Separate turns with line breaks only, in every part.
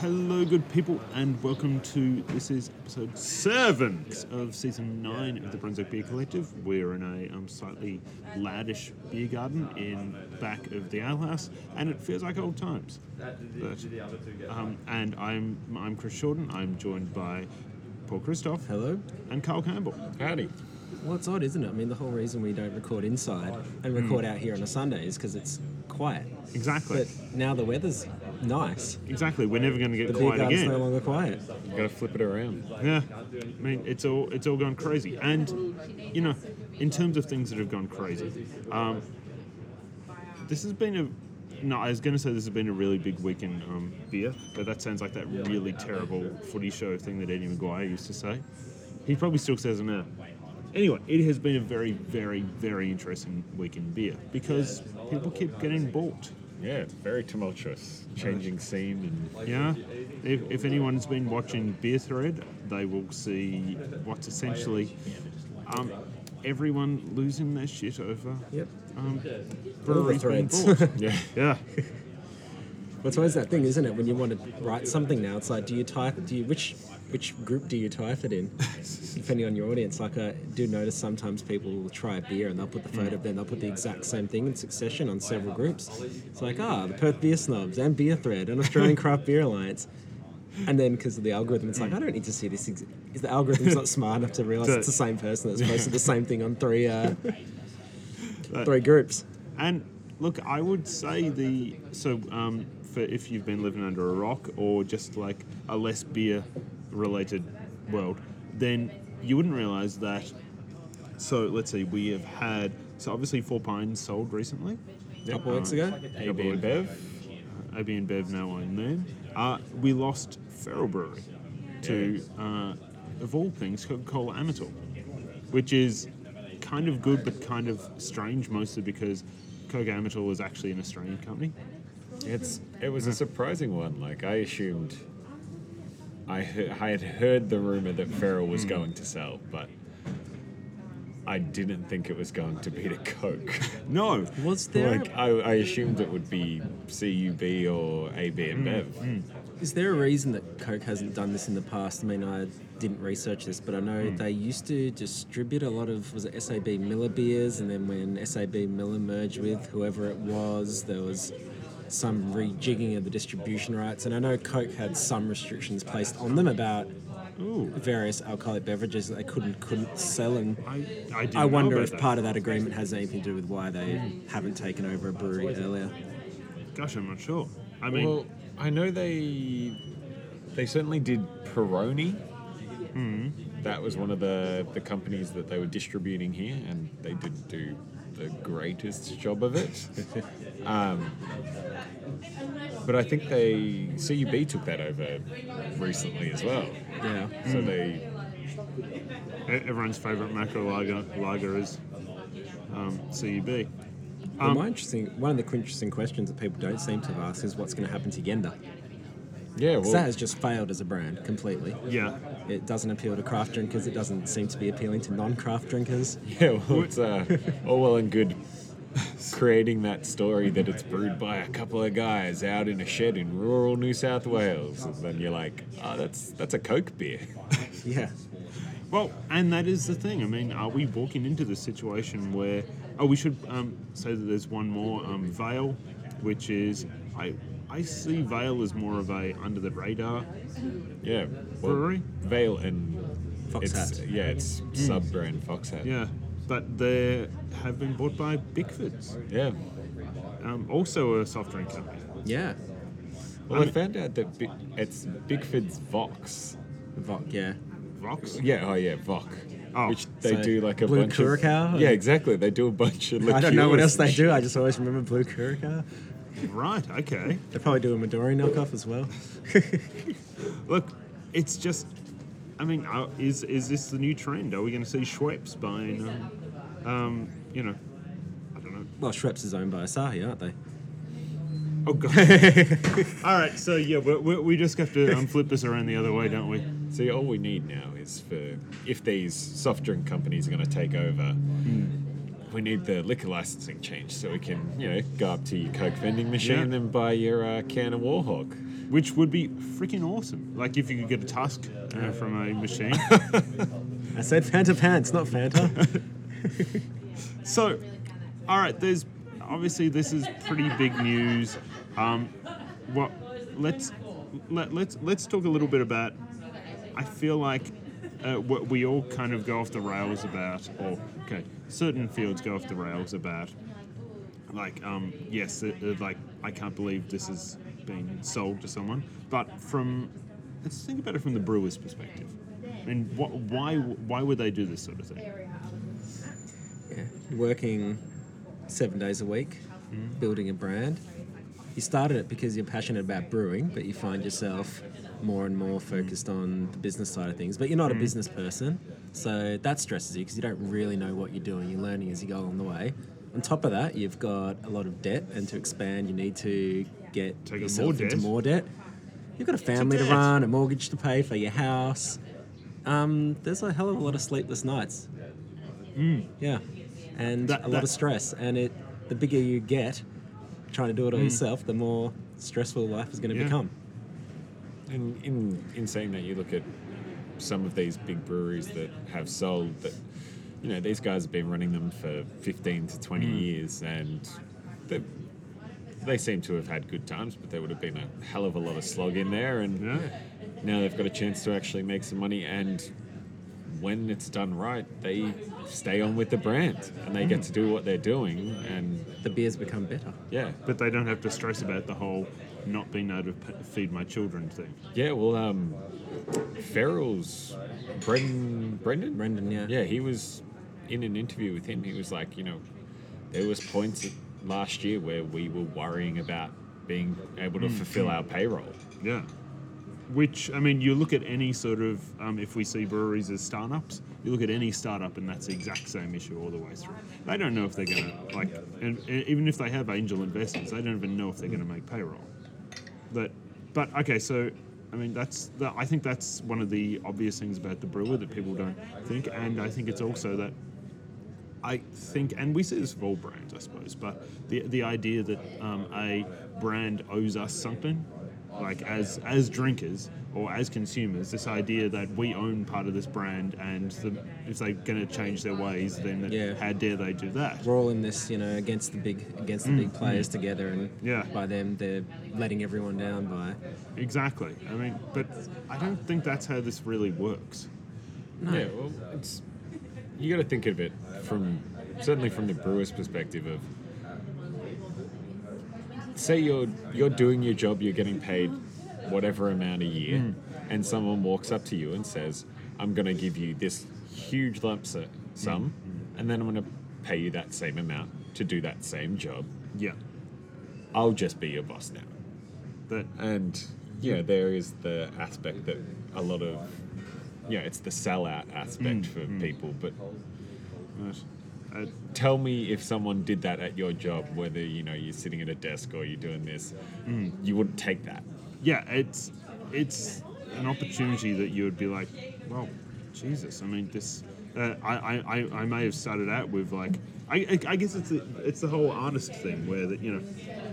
Hello, good people, and welcome to this is episode seven of season nine of the Brunswick Beer Collective. We're in a um, slightly laddish beer garden in back of the ale house, and it feels like old times. But, um, and I'm I'm Chris Shorten. I'm joined by Paul Christoph
Hello.
and Carl Campbell.
Howdy.
Well, it's odd, isn't it? I mean, the whole reason we don't record inside
Hmm.
and record out here on a Sunday is because it's quiet.
Exactly,
But now the weather's nice.
exactly. We're never going to get
The beer
quiet
garden's
again.
no longer quiet.
Gotta flip it around.
Yeah, I mean it's all it's all gone crazy, and you know, in terms of things that have gone crazy, um, this has been a no. I was going to say this has been a really big week in um, beer, but that sounds like that really terrible footy show thing that Eddie McGuire used to say. He probably still says it now. Anyway, it has been a very, very, very interesting week in beer because people keep getting bought.
Yeah, it's very tumultuous. Changing scene and
Yeah. If, if anyone's been watching Beer Thread, they will see what's essentially um, everyone losing their shit over
Yep.
um, breweries being
threads.
bought.
yeah.
yeah.
That's always that thing, isn't it? When you want to write something now, it's like, do you type? Do you which which group do you type it in? Depending on your audience. Like I do notice sometimes people will try a beer and they'll put the photo, then they'll put the exact same thing in succession on several groups. It's like, ah, the Perth Beer Snobs and Beer Thread and Australian Craft Beer Alliance. And then because of the algorithm, it's like I don't need to see this. Ex- is the algorithm's not smart enough to realize
So-
it's the same person that's posted the same thing on three uh, three groups?
And look, I would say the so um, for if you've been living under a rock or just like a less beer related world, then you wouldn't realize that. So let's see, we have had so obviously Four Pines sold recently. Um,
A couple weeks ago,
AB and Bev.
AB Uh, and Bev now own them. Uh, we lost Feral Brewery to, uh, of all things, Coca Cola Amatil, which is kind of good but kind of strange, mostly because Coca Amatil is actually an Australian company.
It's it was a surprising one. Like I assumed, I he- I had heard the rumor that Ferrell was going to sell, but I didn't think it was going to be to Coke.
No,
was there
like I, I assumed it would be CUB or AB and Bev.
Is there a reason that Coke hasn't done this in the past? I mean, I didn't research this, but I know
Hmm.
they used to distribute a lot of was it SAB Miller beers, and then when SAB Miller merged with whoever it was, there was some rejigging of the distribution rights. And I know Coke had some restrictions placed on them about
Ooh,
various alcoholic beverages that they couldn't couldn't sell. And
I, I, didn't
I wonder
know about
if
that.
part of that agreement has anything to do with why they haven't taken over a brewery earlier.
Gosh, I'm not sure. I mean,
well, I know they they certainly did Peroni. That was one of the the companies that they were distributing here, and they did do the greatest job of it. um, but I think they CUB took that over recently as well.
Yeah.
So they
e- everyone's favourite macro lager, lager is um, CUB.
Well, my interesting, one of the interesting questions that people don't seem to have asked is what's going to happen to Yenda.
yeah well
Because that has just failed as a brand completely.
Yeah,
It doesn't appeal to craft drinkers. It doesn't seem to be appealing to non-craft drinkers.
yeah well it's uh, all well and good creating that story that it's brewed by a couple of guys out in a shed in rural New South Wales, and then you're like, oh, that's that's a Coke beer.
Yeah.
Well, and that is the thing. I mean, are we walking into the situation where? Oh, we should um, say that there's one more um, Vale, which is I I see Vale as more of a under the radar.
Yeah,
Brewery?
Vale and
Fox
it's
Hat.
yeah, it's sub brand Fox Hat.
Yeah, but they have been bought by Bickford's,
yeah.
um, also a soft drink company.
Yeah.
Well,
I
I,
mean-
found out that Bi- it's Bigford's Vox.
Vodka. Yeah.
Vox.
Yeah, oh yeah, Voc.
Oh,
Which they
so
do like a
Blue
bunch
Curacao
of yeah,
and-
exactly. They do a bunch of.
I don't know what else
liqueurs
they
and
do. I just always remember Blue Curacao.
Right. Okay.
They probably do a Midori knockoff as well.
Look, it's just. I mean, uh, is is this the new trend? Are we going to see Schweppes buying, um, um, you know, I don't know,
Well, Schweppes is owned by Asahi, aren't they?
Oh god. All right, so yeah, we, we, we just have to um, flip this around the other way, don't we?
See, all we need now is for if these soft drink companies are going to take over, we need the liquor licensing change so we can, you know, go up to your Coke vending machine
Yeah.
and buy your uh, can of Warhawk.
which would be freaking awesome. Like if you could get a tusk uh, from a machine.
I said Fanta pants, not Fanta.
so, all right. There's obviously this is pretty big news. Um, what? Let's let, let's let's talk a little bit about. I feel like uh, what we all kind of go off the rails about, or okay, certain fields go off the rails about. Like, um, yes, it, it, like I can't believe this is being sold to someone. But from let's think about it from the brewer's perspective. I mean, wh- why why would they do this sort of thing?
yeah. Working seven days a week, building a brand. You started it because you're passionate about brewing, but you find yourself more and more focused on the business side of things. But you're not
Mm.
a business person, so that stresses you because you don't really know what you're doing. You're learning as you go along the way. On top of that, you've got a lot of debt, and to expand, you need to get
Take on
yourself
more
into
debt.
more debt. You've got a family to
debt.
run, a mortgage to pay for your house. Um, there's a hell of a lot of sleepless nights. Yeah, and
That-
a lot
that-
of stress. And it, the bigger you get, trying to do it all yourself, the more stressful life is going to
Hmm. Yeah.
become.
And in in saying that, you look at some of these big breweries that have sold that. You know, these guys have been running them for fifteen to twenty years, and they they seem to have had good times, but there would have been a hell of a lot of slog in there, and
Yeah.
now they've got a chance to actually make some money and. When it's done right, they stay on with the brand and they get to do what they're doing. And
The beers become better.
yeah,
But they don't have to stress about the whole not being able to p- feed my children thing.
Yeah, well, um, Ferrell's Brendan, Brendan,
Brendan, yeah.
yeah, he was in an interview with him. He was like, you know, there was points last year where we were worrying about being able to fulfill our payroll.
Yeah. Which, I mean, you look at any sort of, um, if we see breweries as startups, you look at any startup and that's the exact same issue all the way through. They don't know if they're going to, like, and, and even if they have angel investors, they don't even know if they're going to make payroll. But, but okay, so, I mean, that's, the, I think that's one of the obvious things about the brewer that people don't think. And I think it's also that I think, and we see this with all brands, I suppose, but the the idea that um, a brand owes us something, like as as drinkers or as consumers, this idea that we own part of this brand, and the, if they're going to change their ways, then
Yeah.
how dare they do that?
We're all in this, you know, against the big, against the big players together, and
Hmm. Yeah.
by them, they're letting everyone down by.
Exactly. I mean, but I don't think that's how this really works.
Yeah, well, it's you got to think of it from certainly from the brewer's perspective of say you're you're doing your job, you're getting paid whatever amount a year, and someone walks up to you and says, "I'm going to give you this huge lump su- sum, and then I'm going to pay you that same amount to do that same job.
Yeah.
I'll just be your boss now."
That
And you know, there is the aspect that a lot of you know, it's the sellout aspect for people. But
uh,
tell me if someone did that at your job, whether you know you're sitting at a desk or you're doing this, you wouldn't take that.
yeah, it's it's an opportunity that you would be like, well, Jesus. I mean, this. Uh, I, I, I I may have started out with like I, I, I guess it's the, it's the whole artist thing where that you know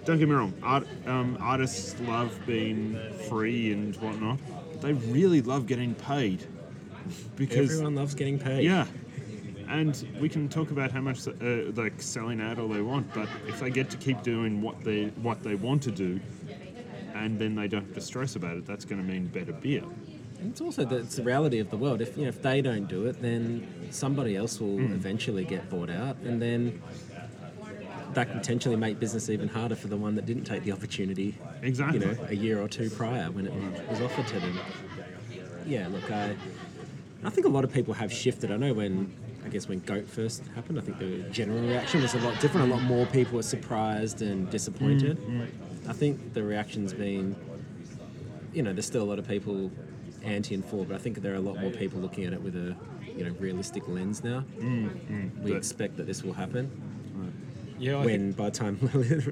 don't get me wrong art, um, artists love being free and whatnot but they really love getting paid because
Everyone loves getting paid.
yeah. And we can talk about how much uh, like selling out all they want, but if they get to keep doing what they what they want to do, and then they don't have to stress about it, that's going to mean better beer.
It's also the, it's the reality of the world. If you know, if they don't do it, then somebody else will eventually get bought out, and then that can potentially make business even harder for the one that didn't take the opportunity.
Exactly.
You know, a year or two prior when it was offered to them. Yeah, look, I I think a lot of people have shifted. I know when I guess when Goat first happened, I think the general reaction was a lot different. A lot more people were surprised and disappointed. I think the reaction's been you know, there's still a lot of people anti and for, but I think there are a lot more people looking at it with a you know realistic lens now. We
But-
expect that this will happen.
Yeah,
When by the time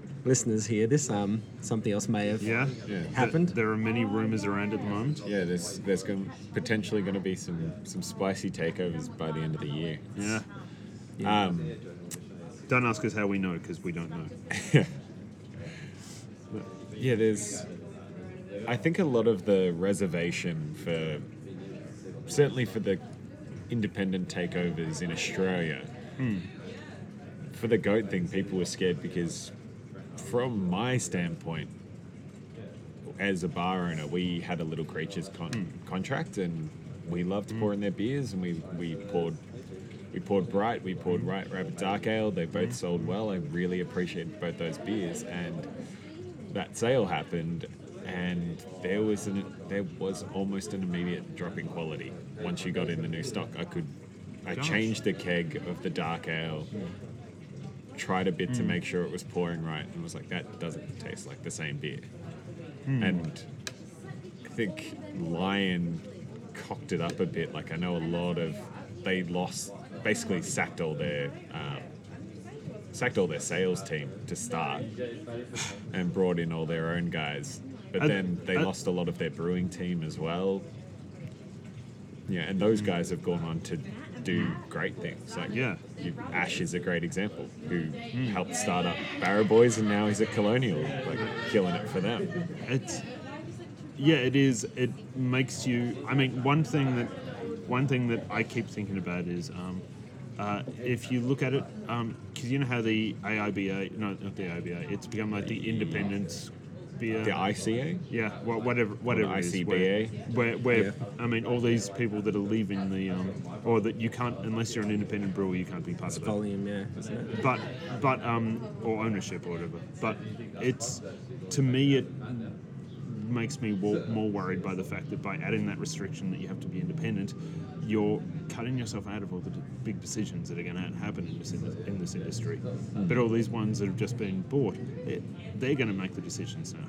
listeners hear this, um, something else may have
Yeah.
Yeah.
happened.
Th- There are many rumors around at the moment.
yeah, there's there's going potentially going to be some some spicy takeovers by the end of the year.
Yeah.
Um,
Don't ask us how we know because we don't know.
Yeah, there's. I think a lot of the reservation for, certainly for the independent takeovers in Australia, for the goat thing, people were scared because, from my standpoint, as a bar owner, we had a little creatures con- contract and we loved pouring their beers and we, we poured. We poured bright, we poured right rabbit dark ale. They both sold well. I really appreciated both those beers, and that sale happened and there was an there was almost an immediate drop in quality once you got in the new stock i could i
Gosh.
changed the keg of the dark ale tried a bit to make sure it was pouring right and was like that doesn't taste like the same beer and i think lion cocked it up a bit like i know a lot of they lost basically sacked all their um, sacked all their sales team to start and brought in all their own guys. But
At-
then they
at-
lost a lot of their brewing team as well. Yeah, and those guys have gone on to do great things. Like
Yeah.
you, Ash is a great example who helped start up Barrow Boys, and now he's at Colonial, like killing it for them.
It's yeah, it is. It makes you. I mean, one thing that one thing that I keep thinking about is um, uh, if you look at it, because you know how the AIBA, no, not the AIBA, it's become like the Independence beer.
The ICA,
Yeah, wha- whatever, whatever it is,
ICBA.
Where, where, where
Yeah.
I mean, all these people that are leaving the, um, or that you can't, unless you're an independent brewer, you can't be part
It's
of it.
volume, yeah, isn't it?
But, but, um, or ownership or whatever. But it's, to me, it makes me wa- more worried by the fact that by adding that restriction that you have to be independent, you're cutting yourself out of all the d- big decisions that are going to happen in this in, in this industry. But all these ones that have just been bought, it, they're going to make the decisions now.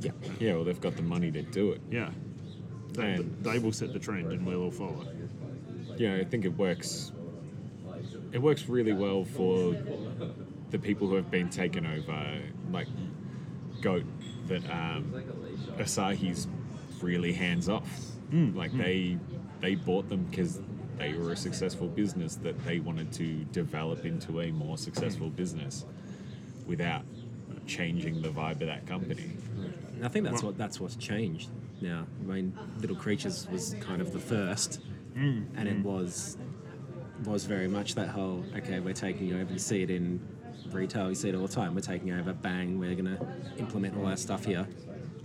Yeah.
yeah, well they've got the money to do it.
Yeah. They,
And-
they will set the trend and we'll all follow.
Yeah, I think it works. It works really well for the people who have been taken over, like Goat, that um, Asahi's really hands off. Like they they bought them because they were a successful business that they wanted to develop into a more successful business without changing the vibe of that company.
And I think that's
Well-
what that's what's changed now. I mean, Little Creatures was kind of the first, and it was was very much that whole okay, we're taking over. You see it in retail, you see it all the time. We're taking over, bang, we're gonna implement all our stuff here.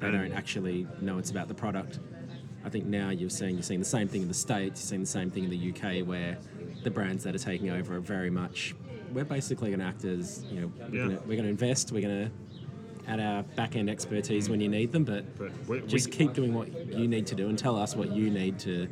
They don't actually know it's about the product. I think now you're seeing you're seeing the same thing in the states. You're seeing the same thing in the UK, where the brands that are taking over are very much. We're basically going to act as you know we're
Yeah.
gonna we're going to invest. We're going to at our back end expertise when you need them, but,
But we- we-
just keep doing what you need to do and tell us what you need to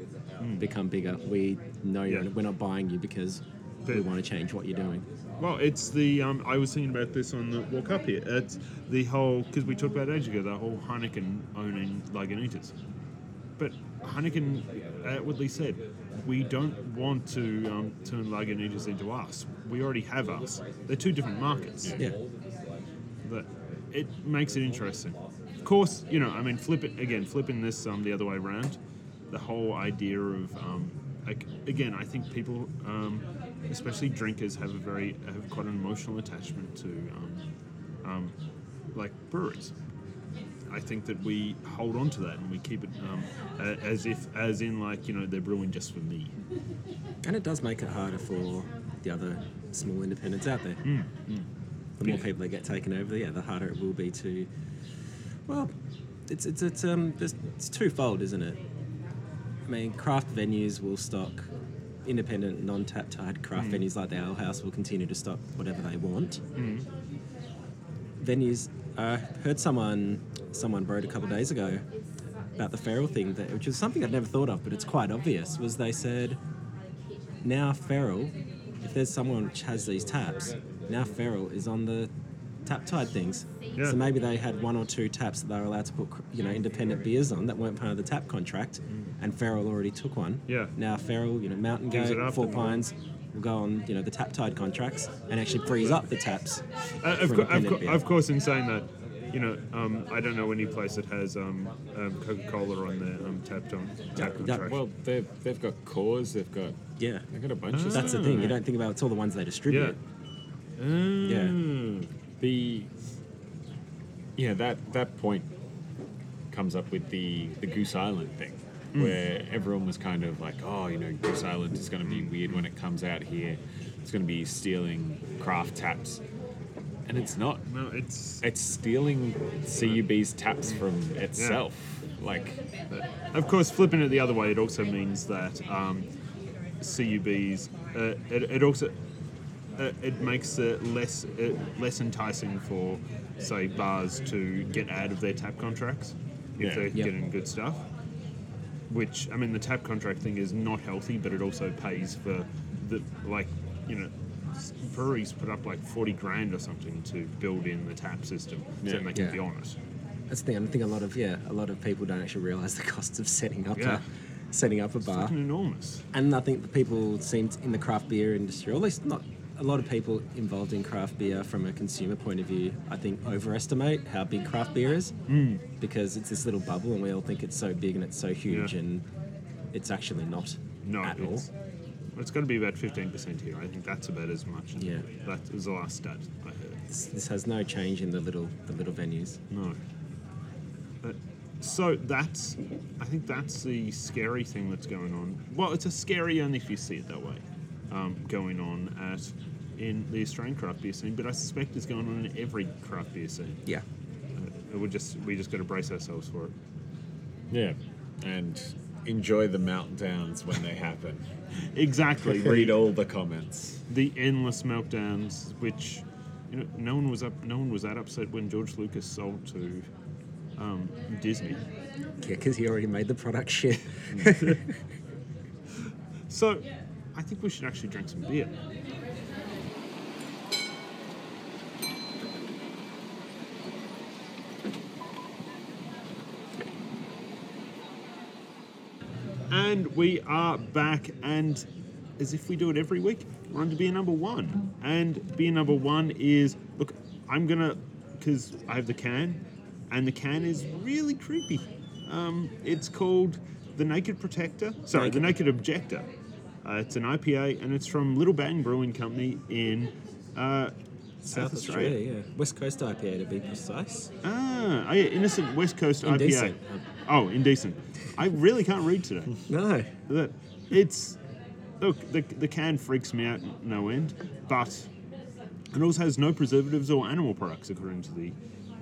become bigger. We know you're,
Hmm. Yeah.
we're not buying you because we
But-
want to change what you're doing.
Well, it's the um, I was thinking about this on the walk up here. It's the whole because we talked about age ago the whole Heineken owning Lagunitas, but Heineken uh, outwardly said we don't want to um, turn Lagunitas into us. We already have us. They're two different markets.
Yeah,
that it makes it interesting. Of course, you know, I mean, flip it again, flipping this um, the other way around, the whole idea of, um, like, again, I think people, um, especially drinkers, have a very, have quite an emotional attachment to, um, um, like, breweries. I think that we hold on to that and we keep it um, a- as if, as in, like, you know, they're brewing just for me.
and it does make it harder for the other small independents out there. The more
Yeah.
people that get taken over, yeah, the harder it will be to. Well, it's it's it's um there's- it's twofold, isn't it? I mean, craft venues will stock independent, non-tap tied craft venues like the Ale House will continue to stock whatever they want. Venues, I uh, heard someone someone wrote a couple days ago about the feral thing, that, which is something I'd never thought of, but it's quite obvious. Was they said now feral, if there's someone which has these taps, now feral is on the tap tied things.
Yeah.
So maybe they had one or two taps that they were allowed to put, you know, independent beers on that weren't part of the tap contract, and Feral already took one.
Yeah.
Now Feral, you know, Mountain
Gives it
Goat,
up
Four
and all.
Pines, will go on, you know, the tap tied contracts and actually frees up the taps.
Uh, of,
for
co- of,
independent
co-
beer.
of course, in saying that, you know, um, I don't know any place that has um, um, Coca Cola on their um, tapped on tap
Yeah,
contract.
Well, they've they've got cores, they've got
Yeah.
they've got a bunch of
That's
stuff.
the thing. You don't think about it's all the ones they distribute.
yeah, Mm.
The yeah that that point comes up with the the Goose Island thing, where everyone was kind of like, oh, you know, Goose Island is going to be weird when it comes out here. It's going to be stealing craft taps, and it's not.
No, it's
It's stealing CUB's taps from itself. Like,
Of course, flipping it the other way, it also means that um, CUBs. Uh, it, it also uh, it makes it less it less enticing for, say, bars to get out of their tap contracts if
Yeah.
they're
Yeah.
getting good stuff. Which I mean, the tap contract thing is not healthy, but it also pays for the like you know. s- Breweries put up like forty grand or something to build in the tap system, so
Yeah.
they can
Yeah.
be on it.
That's the thing. I think a lot of yeah, a lot of people don't actually realize the cost of setting up
Yeah. Mm.
a setting up a bar.
Fucking enormous.
And I think the people seem to, in the craft beer industry, or at least not a lot of people involved in craft beer from a consumer point of view, I think overestimate how big craft beer is mm. because it's this little bubble and we all think it's so big and it's so huge
Yeah.
and it's actually not
No,
at all.
it's, it's got to be about fifteen percent here. I think that's about as much.
Yeah.
that was the last stat I heard.
This, this has no change in the little the little venues.
No, but so that's I think that's the scary thing that's going on. Well, it's a scary only if you see it that way, um, going on at in the Australian craft beer scene. But I suspect it's going on in every craft beer scene.
Yeah.
Uh, we just we just got to brace ourselves for it.
yeah, and enjoy the meltdowns when they happen.
Exactly.
Read all the comments.
the endless meltdowns, which you know, no one was up, no one was that upset when George Lucas sold to um, Disney.
Yeah, because he already made the product shit.
So, I think we should actually drink some beer. And we are back, and as if we do it every week, we're on to beer number one. And beer number one is look, I'm gonna, because I have the can, and the can is really creepy. Um, it's called The Naked Protector, sorry, The Naked Objector. Uh, it's an IPA, and it's from Little Bang Brewing Company in uh, South, Australia.
yeah. West Coast IPA to be precise.
Ah, oh, yeah, Innocent West Coast
Indecent.
IPA. Oh, indecent. I really can't read today.
No.
That it's look the, the can freaks me out no end, but it also has no preservatives or animal products according to the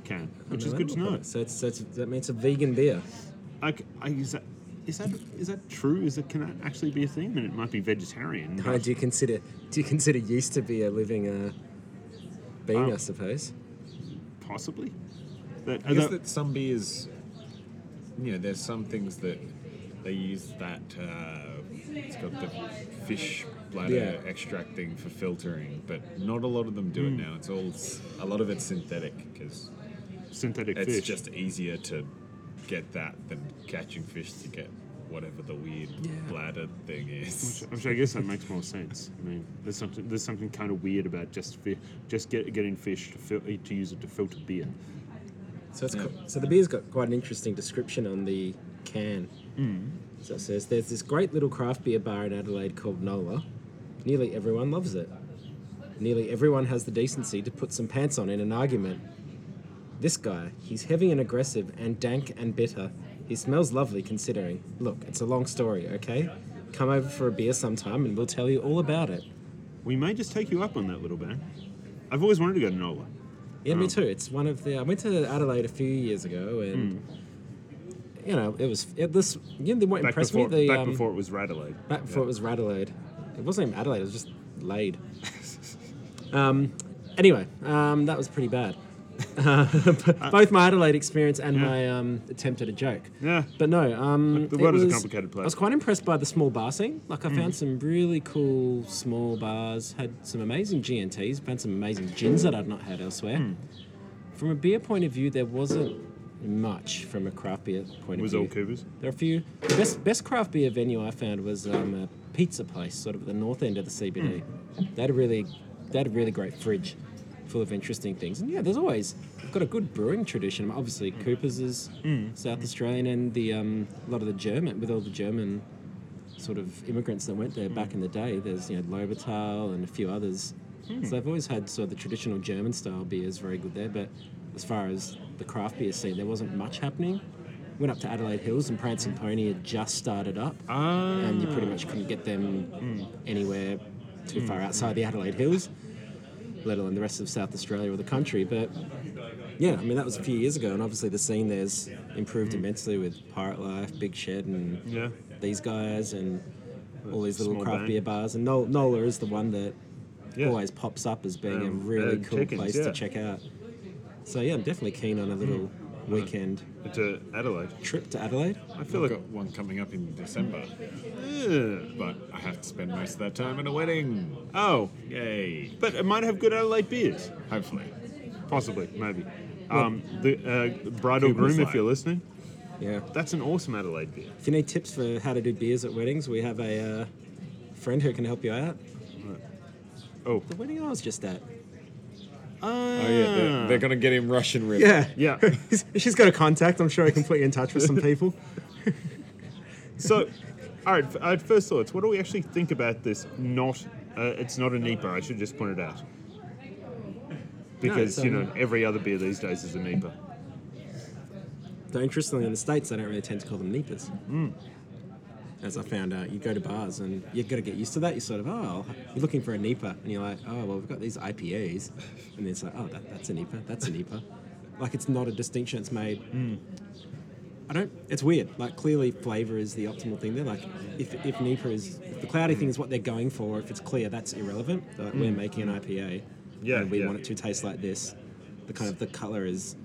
can, which is good to know.
So, it's, so it's, that means it's a vegan beer.
Like, I, is that is that is that true? Is it can that actually be a thing? I mean, it might be vegetarian.
Oh,
but-
do you consider do you consider used to be a living uh, being?
Oh.
I suppose.
possibly. That,
I guess
although-
that some beers, you know, there's some things that they use that uh, it's got the fish bladder
Yeah.
extract thing for filtering, but not a lot of them do it now. It's all s- a lot of it's synthetic because
synthetic
it's
fish.
just easier to get that than catching fish to get whatever the weird
Yeah.
bladder thing is.
Which- Which I guess that makes more sense. I mean, there's something there's something kind of weird about just fi- just get, getting fish to fil- to use it to filter beer.
So it's
Yeah.
qu- so the beer's got quite an interesting description on the can. So it says there's this great little craft beer bar in Adelaide called Nola. Nearly everyone loves it. Nearly everyone has the decency to put some pants on in an argument. This guy, he's heavy and aggressive and dank and bitter. He smells lovely considering. Look, it's a long story, okay? Come over for a beer sometime and we'll tell you all about it.
We may just take you up on that little bang. I've always wanted to go to Nola.
Yeah,
Um,
me too. It's one of the. I went to Adelaide a few years ago, and you know, it was it, this. You know, they what
Hmm. Back
impressed
before,
me. The,
back
um,
before it was Radelaide.
back before it was Radelaide. It wasn't even Adelaide. It was just Laid. um, anyway, um, that was pretty bad. Both my Adelaide experience and
Uh, Yeah.
my um, attempt at a joke.
Yeah.
But no, um,
Look, the
it
world is a
was-
complicated place. Mm.
I was quite impressed by the small bar scene. Like I found some really cool small bars. Had some amazing GNTs. Found some amazing gins that I'd not had elsewhere.
Mm.
From a beer point of view, there wasn't much from a craft beer point
It was
of
all
view.
Coopers.
There are a few. The best best craft beer venue I found was um, a pizza place, sort of at the north end of the CBD. They had a really they had a really great fridge full of interesting things. And yeah, there's always we've got a good brewing tradition. Obviously, Cooper's is South Australian, and the um, a lot of the German with all the German sort of immigrants that went there back in the day. There's you know Lobertal and a few others So I've always had sort of the traditional German style beer is very good there, but as far as the craft beer scene, there wasn't much happening. Went up to Adelaide Hills and Prance and Pony had just started up,
Ah.
and you pretty much couldn't get them anywhere too far outside the Adelaide Hills, let alone the rest of South Australia or the country. But yeah, I mean that was a few years ago, and obviously the scene there's improved immensely with Pirate Life, Big Shed, and
Yeah.
these guys and all these little
Small
craft
band.
beer bars. And Nol- Nola is the one that
Yeah.
always pops up as being a
Um,
really
and
cool
Chickens,
place
yeah.
to check out. So yeah, I'm definitely keen on a little
Hmm.
weekend
To Adelaide.
trip to Adelaide.
I feel
I've
like.
got one coming up in December,
Ugh.
but I have to spend most of that time at a wedding.
Oh,
Yay!
but it might have good Adelaide beers.
Hopefully.
Possibly, maybe. Um, the uh, bridal
Give me a
groom, if
slide.
you're listening,
Yeah.
that's an awesome Adelaide beer.
If you need tips for how to do beers at weddings, we have a uh, friend who can help you out.
Oh,
The wedding I was just at.
Oh yeah,
Ah.
they're, they're gonna get him Russian River.
Yeah.
Yeah.
He's- She's got a contact. I'm sure I can put you in touch with some people.
So, all right. f- At first thoughts, what do we actually think about this? Not, uh, it's not an IPA. I should just point it out. Because
it's,
you
um,
know every other beer these days is an IPA.
Though interestingly, in the states, they don't really tend to call them neepers.
Hmm.
As I found out, you go to bars and you've got to get used to that. You're sort of, oh, you're looking for a NEPA. And you're like, oh, well, we've got these IPAs. And it's like, oh, that, that's a NEPA. That's a NEPA. like, it's not a distinction it's made.
Hmm.
I don't, it's weird. Like, clearly, flavour is the optimal thing there. Like, if, if NEPA is, if the cloudy thing is what they're going for, if it's clear, that's irrelevant. They're Like, we're making an IPA.
Hmm. Yeah,
And we
yeah.
want it to taste like this. The kind of, the colour is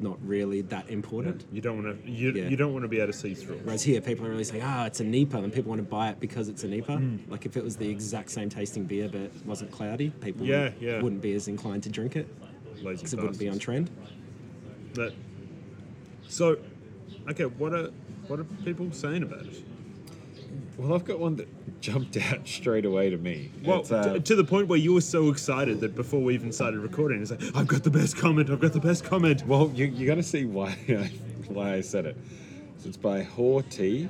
not really that important.
You don't want to. You,
Yeah.
you don't want to be able to see through.
Whereas here, people are really saying, "Ah, it's a NEPA," and people want to buy it because it's a NEPA.
Mm.
Like if it was the exact same tasting beer but wasn't cloudy, people
Yeah,
wouldn't,
yeah.
wouldn't be as inclined to drink it
Lazy
because it wouldn't be on
bastards.
trend.
But- so, okay. What are what are people saying about it?
Well, I've got one that jumped out straight away to me.
Well,
It's, uh,
t- to the point where you were so excited that before we even started recording, it's like, I've got the best comment, I've got the best comment.
well, you, you got to see why I, why I said it. So it's by Horti.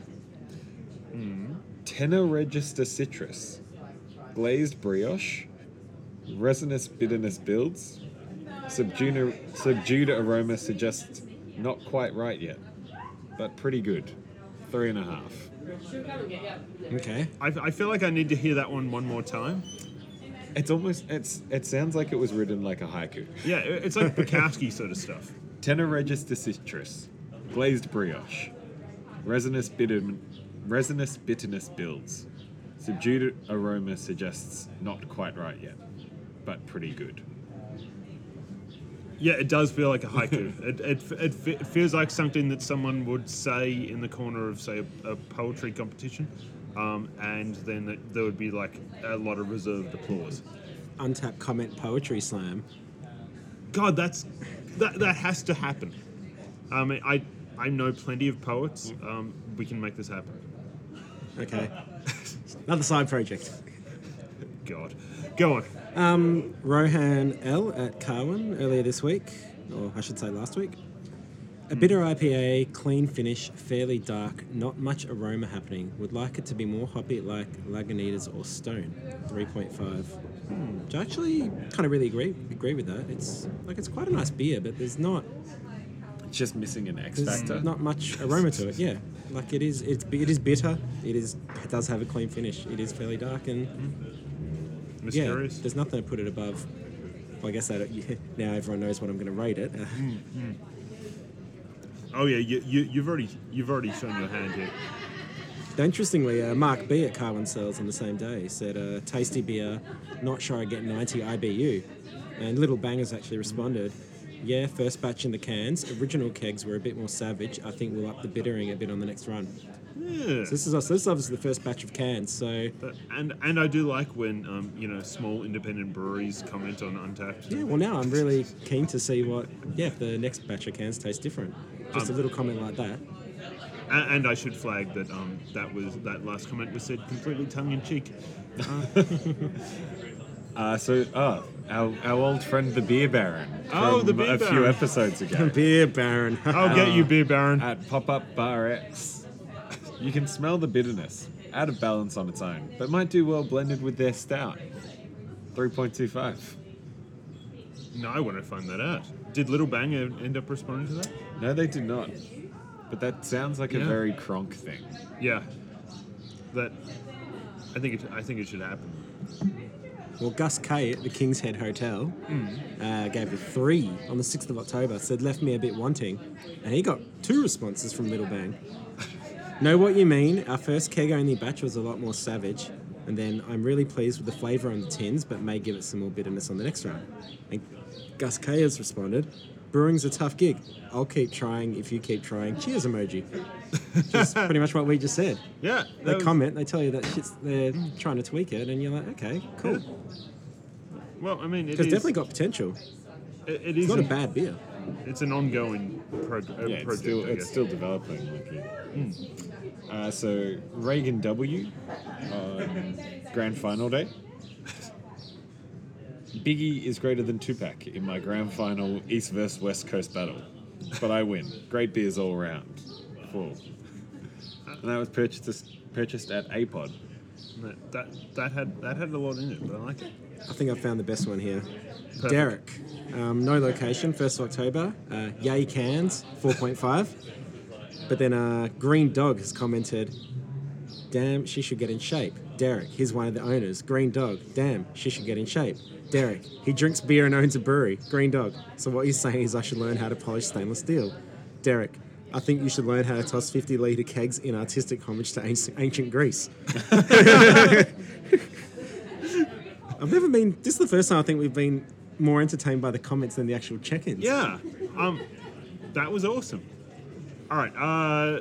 Tenor Register Citrus, Glazed Brioche, Resinous Bitterness Builds, Subdued, subdued Aroma Suggests Not Quite Right Yet, but Pretty Good. Three and a half.
Okay,
I, I feel like I need to hear that one one more time.
It's almost, it's it sounds like it was written like a haiku.
Yeah, i- it's like Bukowski sort of stuff.
Tenor Register Citrus, Glazed Brioche, Resinous, bitter, resinous Bitterness Builds, Subdued Aroma Suggests Not Quite Right Yet, but Pretty Good.
Yeah, it does feel like a haiku. it, it, f- it, fe- it feels like something that someone would say in the corner of, say, a, a poetry competition. Um, and then th- there would be like a lot of reserved applause.
untapped comment poetry slam.
God, that's that, that has to happen. Um, I I know plenty of poets. Um, we can make this happen.
Okay, another side project.
God, go on.
Um, Rohan L at Carwin earlier this week, or I should say last week. A bitter IPA, clean finish, fairly dark, not much aroma happening. Would like it to be more hoppy like Lagunitas or Stone, 3.5. Which I actually kind of really agree agree with that. It's like it's quite a nice beer, but there's not
It's just missing an X
there's
factor.
not much aroma to it. Yeah, like it is it's it is bitter. It is it does have a clean finish. It is fairly dark and
Mysterious.
yeah, there's nothing to put it above. Well, I guess I don't, yeah, now everyone knows what I'm going to rate it.
oh yeah, you, you you've already you've already shown your hand here.
Interestingly, uh, Mark B at Carwin Sales on the same day said, uh, "Tasty beer, not sure I get 90 IBU." And Little Bangers actually responded, "Yeah, first batch in the cans. Original kegs were a bit more savage. I think we'll up the bittering a bit on the next run."
Yeah.
So this is so this is obviously the first batch of cans. So
But- and and I do like when um, you know small independent breweries comment on Untapped.
yeah, well now I'm really keen to see what yeah if the next batch of cans tastes different. Just a little comment like that.
And, and I should flag that um, that was that last comment was said completely tongue in cheek.
Uh, so, ah, our, our old friend the Beer Baron.
Oh,
from
the Beer
A few
Baron.
episodes ago.
Beer Baron.
I'll get you, beer baron.
uh,
at Pop Up Bar X. You can smell the bitterness, out of balance on its own, but might do well blended with their stout. 3.25.
No, I want to find that out. Did Little Bang e- end up responding to that?
No, they did not. But that sounds like
Yeah.
a very cronk thing.
Yeah. That. I think it. I think it should happen.
Well, Gus K at the King's Head Hotel
Hmm.
uh, gave it three on the 6th of October, said left me a bit wanting. And he got two responses from Little Bang. know what you mean? Our first keg only batch was a lot more savage. And then I'm really pleased with the flavour on the tins, but may give it some more bitterness on the next round. And Gus K has responded Brewing's a tough gig. I'll keep trying if you keep trying. Cheers emoji. Just pretty much what we just said.
Yeah.
They
that was-
comment, they tell you that shit's, they're trying to tweak it, and you're like, okay, cool.
Well, I mean, it is.
It's definitely got potential.
it- it
It's
is.
not a
an-
bad beer.
It's an ongoing pro- uh,
Yeah, it's
project.
still,
I
it's
guess. Hmm.
still developing. Like, yeah. uh, so, Reagan W on grand final day. Biggie is greater than Tupac in my grand final East vs West Coast battle. But I win. Great beers all around. Full. And that was purchased, purchased at Apod.
That, that that had that had a lot in it, but I like it.
I think I found the best one here. Derek, um, no location, 1st of October. Uh, yay cans, 4.5. But then uh, Green Dog has commented, damn, she should get in shape. Derek, he's one of the owners. Green Dog, damn, she should get in shape. Derek, he drinks beer and owns a brewery. Green Dog, so what he's saying is I should learn how to polish stainless steel. Derek, I think you should learn how to toss 50 litre kegs in artistic homage to anci- ancient Greece. I've never been. This is the first time I think we've been more entertained by the comments than the actual check-ins.
Yeah. Um, that was awesome. All right. Uh,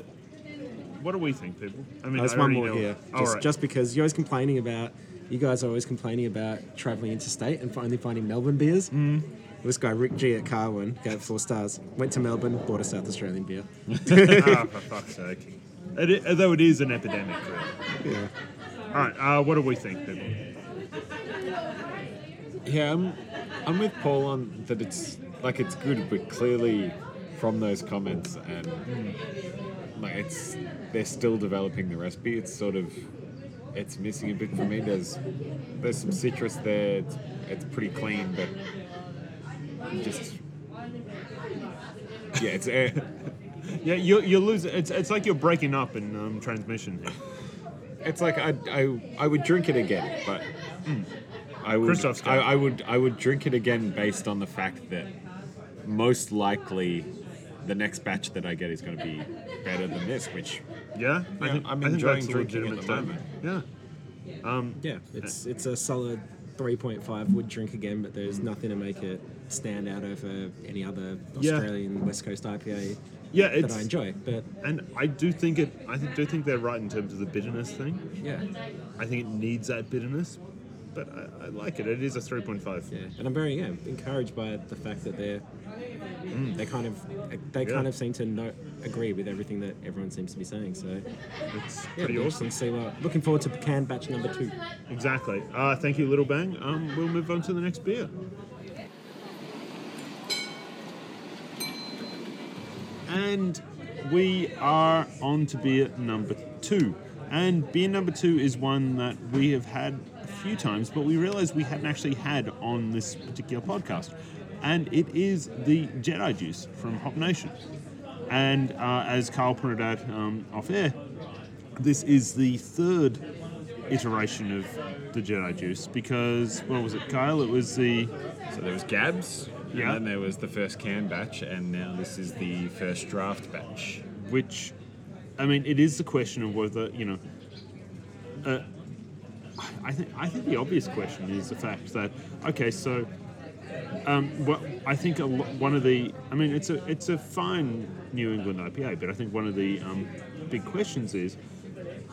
what do we think, people? I mean,
there's
I
one
already
more
know-
here.
All
Just,
right.
just because you're always complaining about, you guys are always complaining about traveling interstate and finally finding Melbourne beers. Mm. This guy Rick G at Carwin gave it four stars. Went to Melbourne, bought a South Australian beer.
ah, for fuck's sake. It, i- though it is an epidemic. Really.
Yeah.
All right. Uh, what do we think, people?
Yeah, I'm, I'm with Paul on that it's like it's good, but clearly from those comments and like it's they're still developing the recipe. It's sort of it's missing a bit for me. There's there's some citrus there. It's, it's pretty clean, but just yeah, it's eh,
Yeah, you you lose. It's it's like you're breaking up in um, transmission. here.
it's like I I I would drink it again, but. mm, I would,
Christoph's got
I,
it.
I would I would drink it again based on the fact that most likely the next batch that I get is going to be better than this, which
Yeah,
Yeah, I'm
that's
enjoying
a
drinking at
legitimate
the moment.
Yeah.
Yeah. It's it's a solid 3.5. Would drink again, but there's nothing to make it stand out over any other
Yeah.
Australian West Coast IPA
Yeah,
that
it's
I enjoy. But
and I do think it. I th- do think they're right in terms of the bitterness thing.
yeah.
I think it needs that bitterness, but I, I like it. It is a three point five.
Yeah, and I'm very yeah, encouraged by the fact that they're they kind of they kind
Yeah.
of seem to no, agree with everything that everyone seems to be saying. So
It's
yeah,
pretty
we'll
awesome.
see what. Looking forward to can batch number two.
Exactly. Uh, thank you, Little Bang. Um, we'll move on to the next beer. And we are on to beer number two. And beer number two is one that we have had a few times, but we realized we hadn't actually had on this particular podcast. And it is the Jedi Juice from Hop Nation. And uh, as Carl pointed out um, off air, this is the third iteration of the Jedi Juice because what was it, Kyle? It was the
so there was Gabs,
Yeah.
and then there was the first can batch, and now this is the first draft batch.
which, I mean, it is the question of whether you know. Uh, I- I think I think the obvious question is the fact that okay, so um, what I think a, lo- one of the I mean it's a it's a fine New England IPA, but I think one of the um, big questions is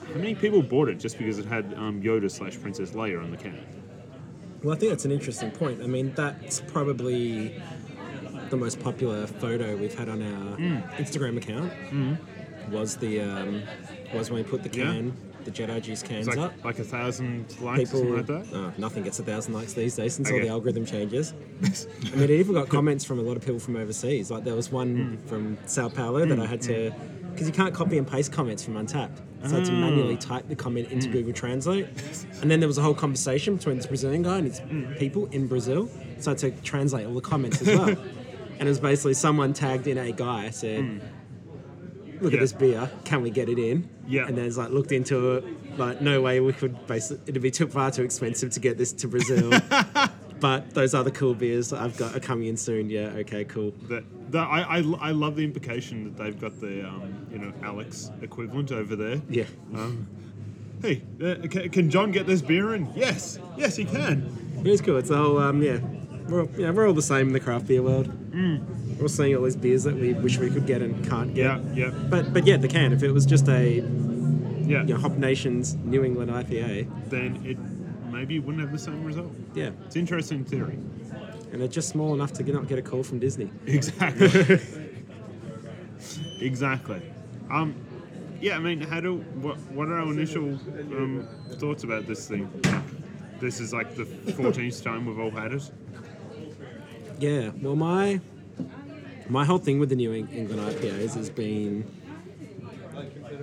how many people bought it just because it had um, Yoda slash Princess Leia on the can.
Well, I think that's an interesting point. I mean, that's probably the most popular photo we've had on our Instagram account. Was the um, was when we put the
Yeah.
can, the Jedi juice cans
It's
up.
like, like a thousand likes,
people
something like that.
Oh, nothing gets a thousand likes these days since all
Okay.
the algorithm changes. I
Hmm.
mean, it even got comments from a lot of people from overseas. Like there was one from Sao Paulo that I had to because you can't copy and paste comments from Untapped. So I had to
Ah.
manually type the comment
Hmm.
into Google Translate. And then there was a whole conversation between this Brazilian guy and his
Hmm.
people in Brazil. So I had to translate all the comments as well. and it was basically someone tagged in a guy said, Look
Hmm. Yeah.
at this beer, can we get it in?
Yeah.
And then it's like looked into it, like, no way we could basically, it'd be too far too expensive to get this to Brazil. but those other cool beers I've got are coming in soon. Yeah, okay, cool.
That, that I, I, I love the implication that they've got the um, you know Alex equivalent over there. Um,
Yeah.
Hey, uh, can, can John get this beer in? Yes, yes he can.
But it's cool. It's the whole, um, yeah. We're all, yeah, we're all the same in the craft beer world. We're all seeing all these beers that we wish we could get and can't get.
Mm. Yeah, yeah,
But but yeah, they can. If it was just a you
yeah.
know, Hop Nation's New England IPA,
Then it maybe wouldn't have the same result.
yeah,
It's interesting theory.
and they're just small enough to get, not get a call from Disney.
Exactly. exactly. Um, yeah, I mean, how do what what are our initial um, thoughts about this thing? This is like the fourteenth time we've all had it.
Yeah. Well, my my whole thing with the New Eng- England IPAs has been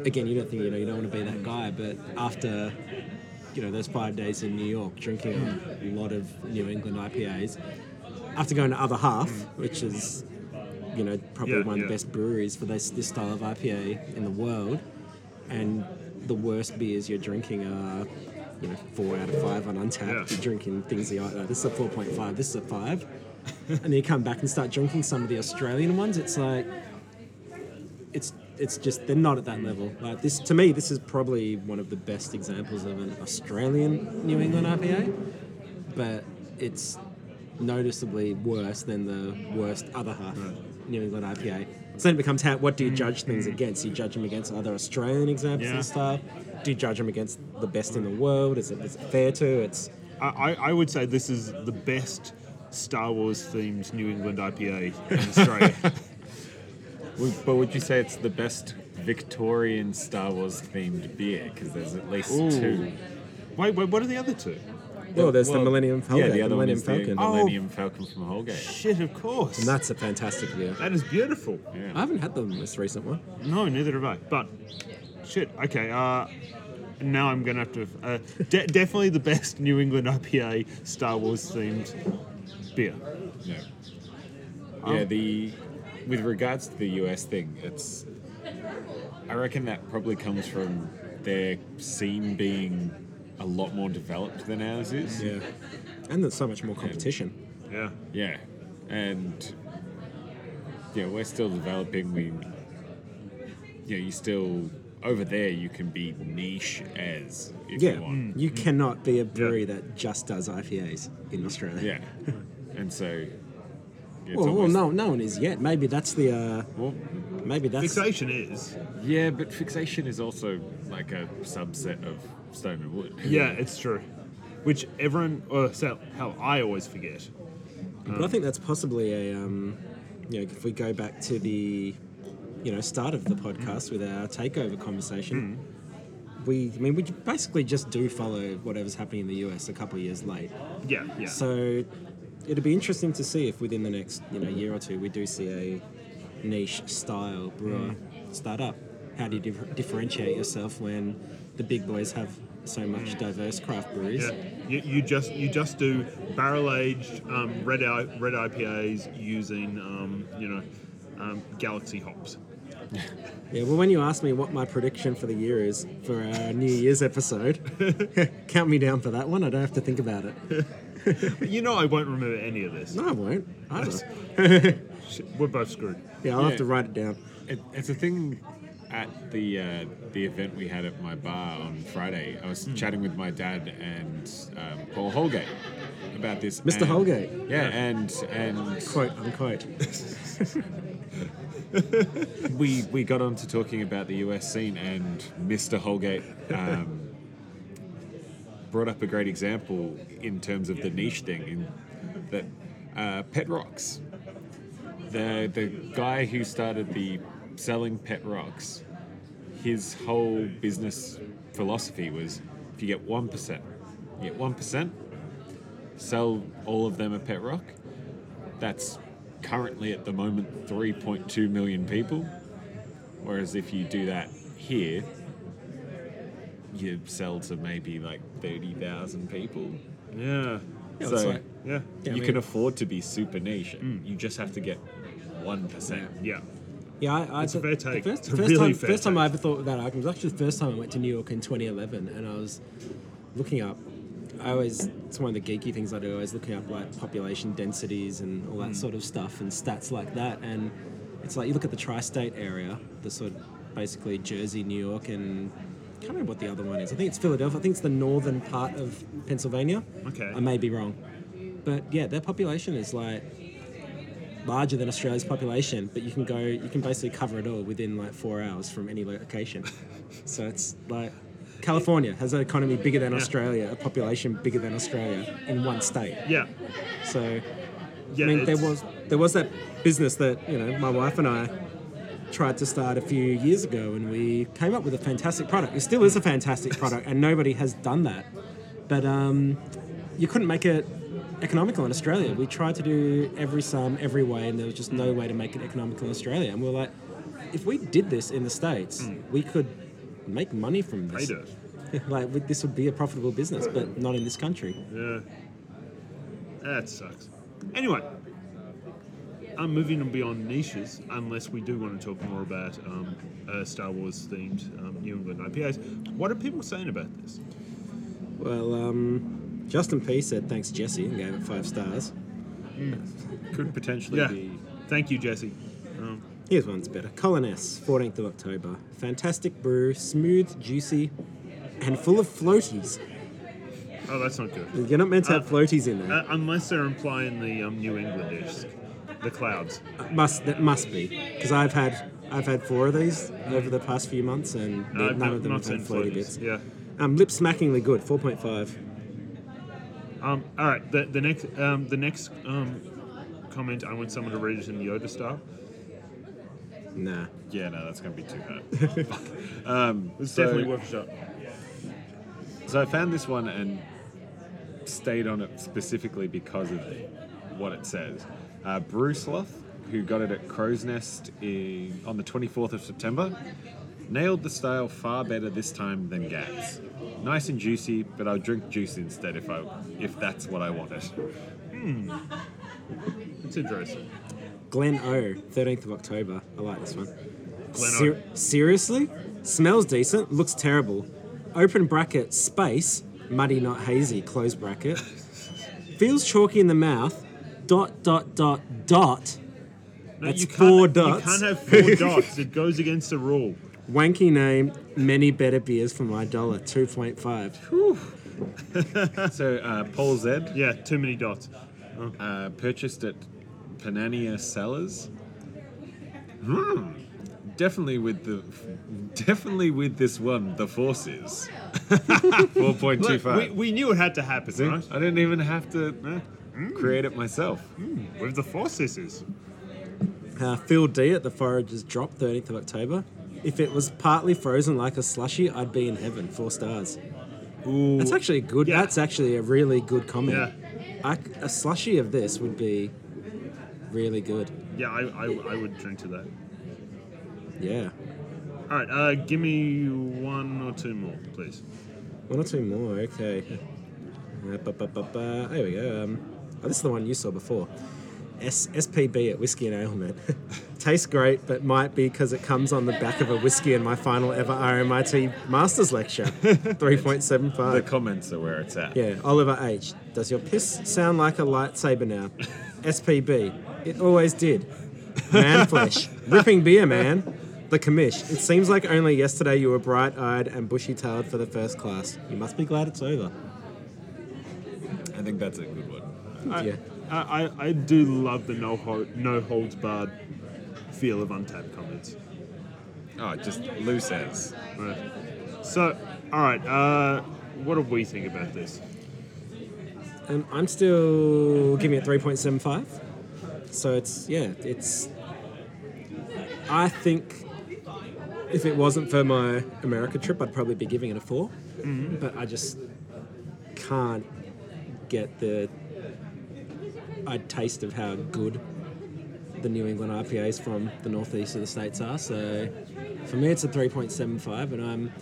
again, you don't think you know you don't want to be that guy, but after you know those five days in New York drinking a lot of New England IPAs, after going to other half, which is you know probably
Yeah,
one of
yeah.
the best breweries for this this style of IPA in the world, and the worst beers you're drinking are. You know, four out of five on untapped.
Yeah.
You're drinking things that you like, this is a 4.5, this is a five. and then you come back and start drinking some of the Australian ones. It's like, it's it's just they're not at that level. Like this to me, this is probably one of the best examples of an Australian New England IPA, but it's noticeably worse than the worst other half New England IPA. So then it becomes how what do you judge things against? Do you judge them against other Australian examples
Yeah.
and stuff? Do you judge them against the best in the world? Is it, is it fair to? It's
I, I I would say this is the best Star Wars themed New England IPA in Australia.
Would- But would you say it's the best Victorian Star Wars themed beer? Because there's at least
Ooh.
two.
wait, wait, what are the other two?
well, oh, there's
Well,
the Millennium Falcon.
Yeah, the other one
Millennium
is the
Falcon.
Oh.
Millennium Falcon from Holgate.
Shit, of course.
And that's a fantastic beer.
that is beautiful.
I
Yeah.
haven't had the most recent one.
No, neither have I. But shit, okay. Uh, now I'm gonna have to. Uh, de- definitely the best New England IPA Star Wars themed beer.
Yeah. Yeah, the with regards to the US thing, it's I reckon that probably comes from their scene being a lot more developed than ours is.
Yeah. And there's so much more competition.
Yeah.
Yeah, and yeah, we're still developing. We, yeah, you still over there. You can be niche as if
Yeah. Mm.
you want.
You cannot be a brewery that just does IPAs in Australia.
Yeah, and so it's
Well, well
almost-
no, no one is yet. Maybe that's the. Uh,
Well,
maybe that's.
Fixation is.
yeah, but fixation is also like a subset of stone and wood.
Yeah, it's true. Which everyone, or so, hell, I always forget.
But I think that's possibly a. Um, you know, if we go back to the, you know, start of the podcast with our takeover conversation, we. I mean, we basically just do follow whatever's happening in the US a couple of years late.
Yeah, yeah.
So it'll be interesting to see if within the next you know year or two we do see a niche style brewer start up. How do you dif- differentiate yourself when the big boys have so much diverse craft breweries?
yeah. You, you just you just do barrel aged um, red I, red IPAs using um, you know um, galaxy hops.
Yeah, well, when you asked me what my prediction for the year is for our New Year's episode, count me down for that one. I don't have to think about it.
But you know I won't remember any of this.
No, I won't. Either.
Shit, we're both screwed.
Yeah, I'll
Yeah.
have to write it down.
It, it's a thing at the uh, the event we had at my bar on Friday. I was chatting with my dad and um, Paul Holgate about this.
Mr.
and-
Holgate.
Yeah, and and
Quote unquote.
we we got on to talking about the US scene, and Mr. Holgate um, brought up a great example in terms of the niche thing in that uh, Pet Rocks. The the guy who started the selling Pet Rocks, his whole business philosophy was if you get one percent, you get one percent, sell all of them a Pet Rock. That's currently at the moment 3.2 million people. Whereas if you do that here, you sell to maybe like 30,000 people.
Yeah.
Yeah,
so
it's like-
Yeah.
Yeah,
you
I
can
mean-
afford to be super niche. You just have to get 1%.
Yeah.
Yeah, I, I,
It's a fair take.
The first,
It's a
first
really
time,
fair
first time I
take.
ever thought of that argument was actually the first time I went to New York in 2011, and I was looking up. I always it's one of the geeky things I do. I always looking up like population densities and all that
Mm.
sort of stuff and stats like that. And it's like you look at the tri-state area, the sort of basically Jersey, New York, and I can't remember what the other one is. I think it's Philadelphia. I think it's the northern part of Pennsylvania.
Okay.
I may be wrong, but yeah, their population is like larger than Australia's population, but you can go, you can basically cover it all within like four hours from any location. so it's like California has an economy bigger than
Yeah.
Australia, a population bigger than Australia in one state.
Yeah.
So
Yeah.
I mean, there
it's-
was there was that business that you know my wife and I tried to start a few years ago, and we came up with a fantastic product. It still is a fantastic product, and nobody has done that. But um, you couldn't make it economical in Australia. We tried to do every sum every way, and there was just no way to make it economical in Australia. And we were like, if we did this in the states, we could make money from
Hmm. Pay
this.
dirt.
like we- this would be a profitable business, but not in this country.
Yeah. That sucks. Anyway, I'm moving on beyond niches, unless we do want to talk more about um, uh, Star Wars themed um, New England IPAs. What are people saying about this?
Well, um, Justin P said thanks, Jesse, and gave it five stars.
Could potentially
Yeah.
be.
Thank you, Jesse. Um,
Here's one's better. Colin S, 14th of October. Fantastic brew, smooth, juicy, and full of floaties.
oh, that's not good.
You're not meant to have
Uh,
floaties in there.
Uh, unless they're implying the um, New Englandish, the clouds.
It must that must be because I've had I've had four of these over the past few months, and
No, I've
none of them
not
have had
seen
floaty
floaties.
bits.
Yeah.
Um, lip smackingly good, 4.5.
Um, all right. The, the next um, the next um, comment I want someone to read it in Yoda style.
Nah.
Yeah, no, that's going to be too hard. um,
It's
so-
definitely worth a shot.
So I found this one and stayed on it specifically because of what it says. Uh, Bruce Loth, who got it at Crow's Nest in, on the 24th of September, nailed the style far better this time than Gats. Nice and juicy, but I'll drink juice instead if I if that's what I wanted.
It's interesting.
Glen O, 13th of October. I like this one.
Glen O.
seriously? Smells decent, looks terrible. Open bracket, space, muddy, not hazy, close bracket. Feels chalky in the mouth, dot, dot, dot, dot.
No,
That's
you can't-
four
You
dots.
can't have four dots. It goes against the rule.
Wanky name, many better beers for my dollar, 2.5.
so uh, Paul Zed
Yeah, too many dots.
uh, purchased at Panania Cellars. Hmm. Definitely with the, definitely with this one, the forces. Four point two
Look, we,
five.
we knew it had to happen, right?
Uh,
I didn't even have to uh, create it myself.
With the four sisters.
Uh, Phil D at the Foragers Drop, 13th of October. If it was partly frozen like a slushy, I'd be in heaven, four stars.
Ooh.
That's actually a good.
Yeah.
That's actually a really good comment.
Yeah.
I c a slushy of this would be really good.
yeah, I, I, I would drink to that.
Yeah,
All right, uh, give me one or two more, please.
one or two more. Okay. Uh, ba, ba, ba, ba. There we go. Um, oh, this is the one you saw before. S- SPB at Whiskey and Ale, man. Tastes great, but might be because it comes on the back of a whiskey in my final ever RMIT Masters lecture. 3.75.
The comments are where it's at.
Yeah, Oliver H. Does your piss sound like a lightsaber now? SPB. It always did. Man flesh. Ripping beer, man. The commish. It seems like only yesterday you were bright eyed and bushy tailed for the first class. You must be glad it's over.
I think that's a good one.
yeah.
I, I, I do love the no, ho- no holds barred feel of untapped comments.
Oh, just Lou says.
Right. So, all right, uh, what do we think about this?
Um, I'm still giving it 3.75. So it's, yeah, it's. I think if it wasn't for my America trip, I'd probably be giving it a 4. But I just can't get the a taste of how good the New England IPAs from the northeast of the states are. So For me, it's a 3.75, and I'm.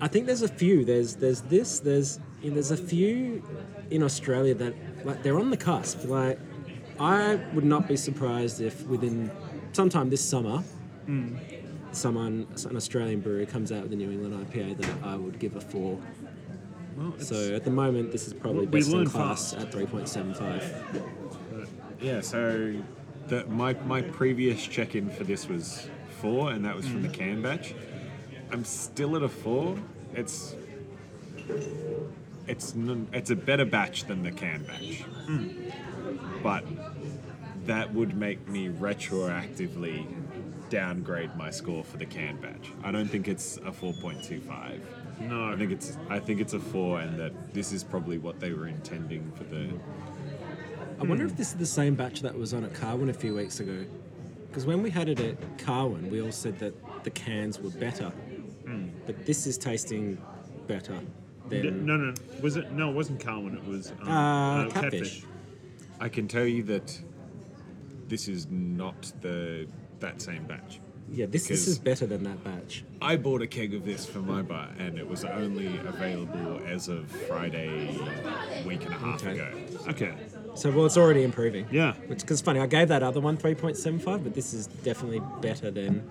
I think there's a few. There's there's this. There's you know, there's a few in Australia that like they're on the cusp. Like I would not be surprised if within sometime this summer,
Hmm.
someone an Australian brewery comes out with a New England IPA that I would give a four.
Well, it's,
So at the moment, this is probably
We
best in
learn
class
fast.
at 3.75.
Yeah, so the, my, my previous check in for this was four, and that was from the can batch. I'm still at a four. It's it's n- it's a better batch than the can batch, but that would make me retroactively downgrade my score for the can batch. I don't think it's a four point two five.
no,
I think it's I think it's a four, and that this is probably what they were intending for the
I wonder if this is the same batch that was on at Carwin a few weeks ago. Because when we had it at Carwin, we all said that the cans were better. But this is tasting better than.
no, no. Was it? No, it wasn't Carwin. It was um,
Uh, catfish.
I can tell you that this is not the that same batch.
yeah, this, this
because-
is better than that batch.
I bought a keg of this for my bar, and it was only available as of Friday, week and a half
Okay.
ago.
Okay.
So, well, it's already improving.
Yeah.
Which, because funny, I gave that other one 3.75, but this is definitely better than.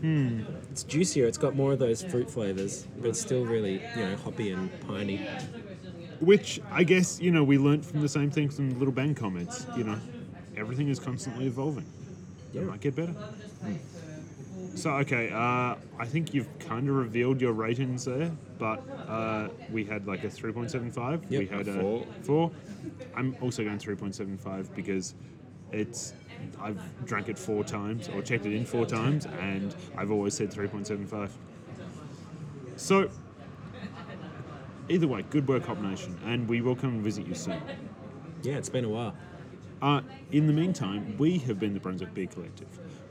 It's juicier, it's got more of those fruit flavours, but it's still really, you know, hoppy and piney.
Which I guess you know we learnt from the same thing from the Little Bang comments. You know, everything is constantly evolving. It
Yeah.
might get better. So okay, uh, I think you've kind of revealed your ratings there, but uh, we had like a three point seven five. we
Yep.
had
A
a
four.
four. I'm also going three point seven five because it's I've drank it four times or checked it in four times, and I've always said three point seven five. So either way, good work, Hop Nation, and we will come and visit you soon.
Yeah, it's been a while.
Uh, in the meantime, we have been the Brunswick Beer Collective.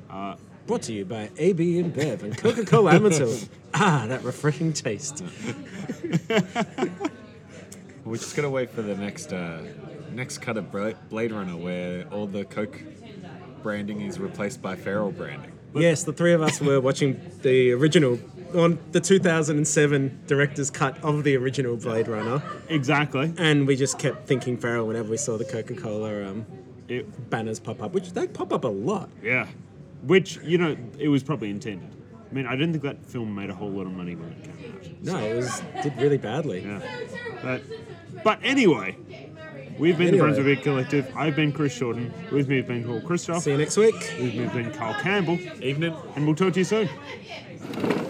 Uh,
Brought to you by AB and Bev and Coca Cola Amatil. ah, that refreshing taste.
We're just gonna wait for the next uh, next cut of Bla- Blade Runner, where all the Coke branding is replaced by Feral branding.
Yes, the three of us were watching the original, on the 2007 director's cut of the original Blade Runner,
exactly.
and we just kept thinking Farrell whenever we saw the Coca Cola um,
It,
banners pop up, which they pop up a lot.
Yeah. Which, you know, it was probably intended. I mean, I didn't think that film made a whole lot of money when it came out.
No, it was did really badly.
Yeah. But, but anyway, we've been the
Anyway.
Brunswick Beer Collective. I've been Chris Shorten. With me have been Paul Christoph.
See you next week.
With me have been Carl Campbell.
Evening.
And we'll talk to you soon.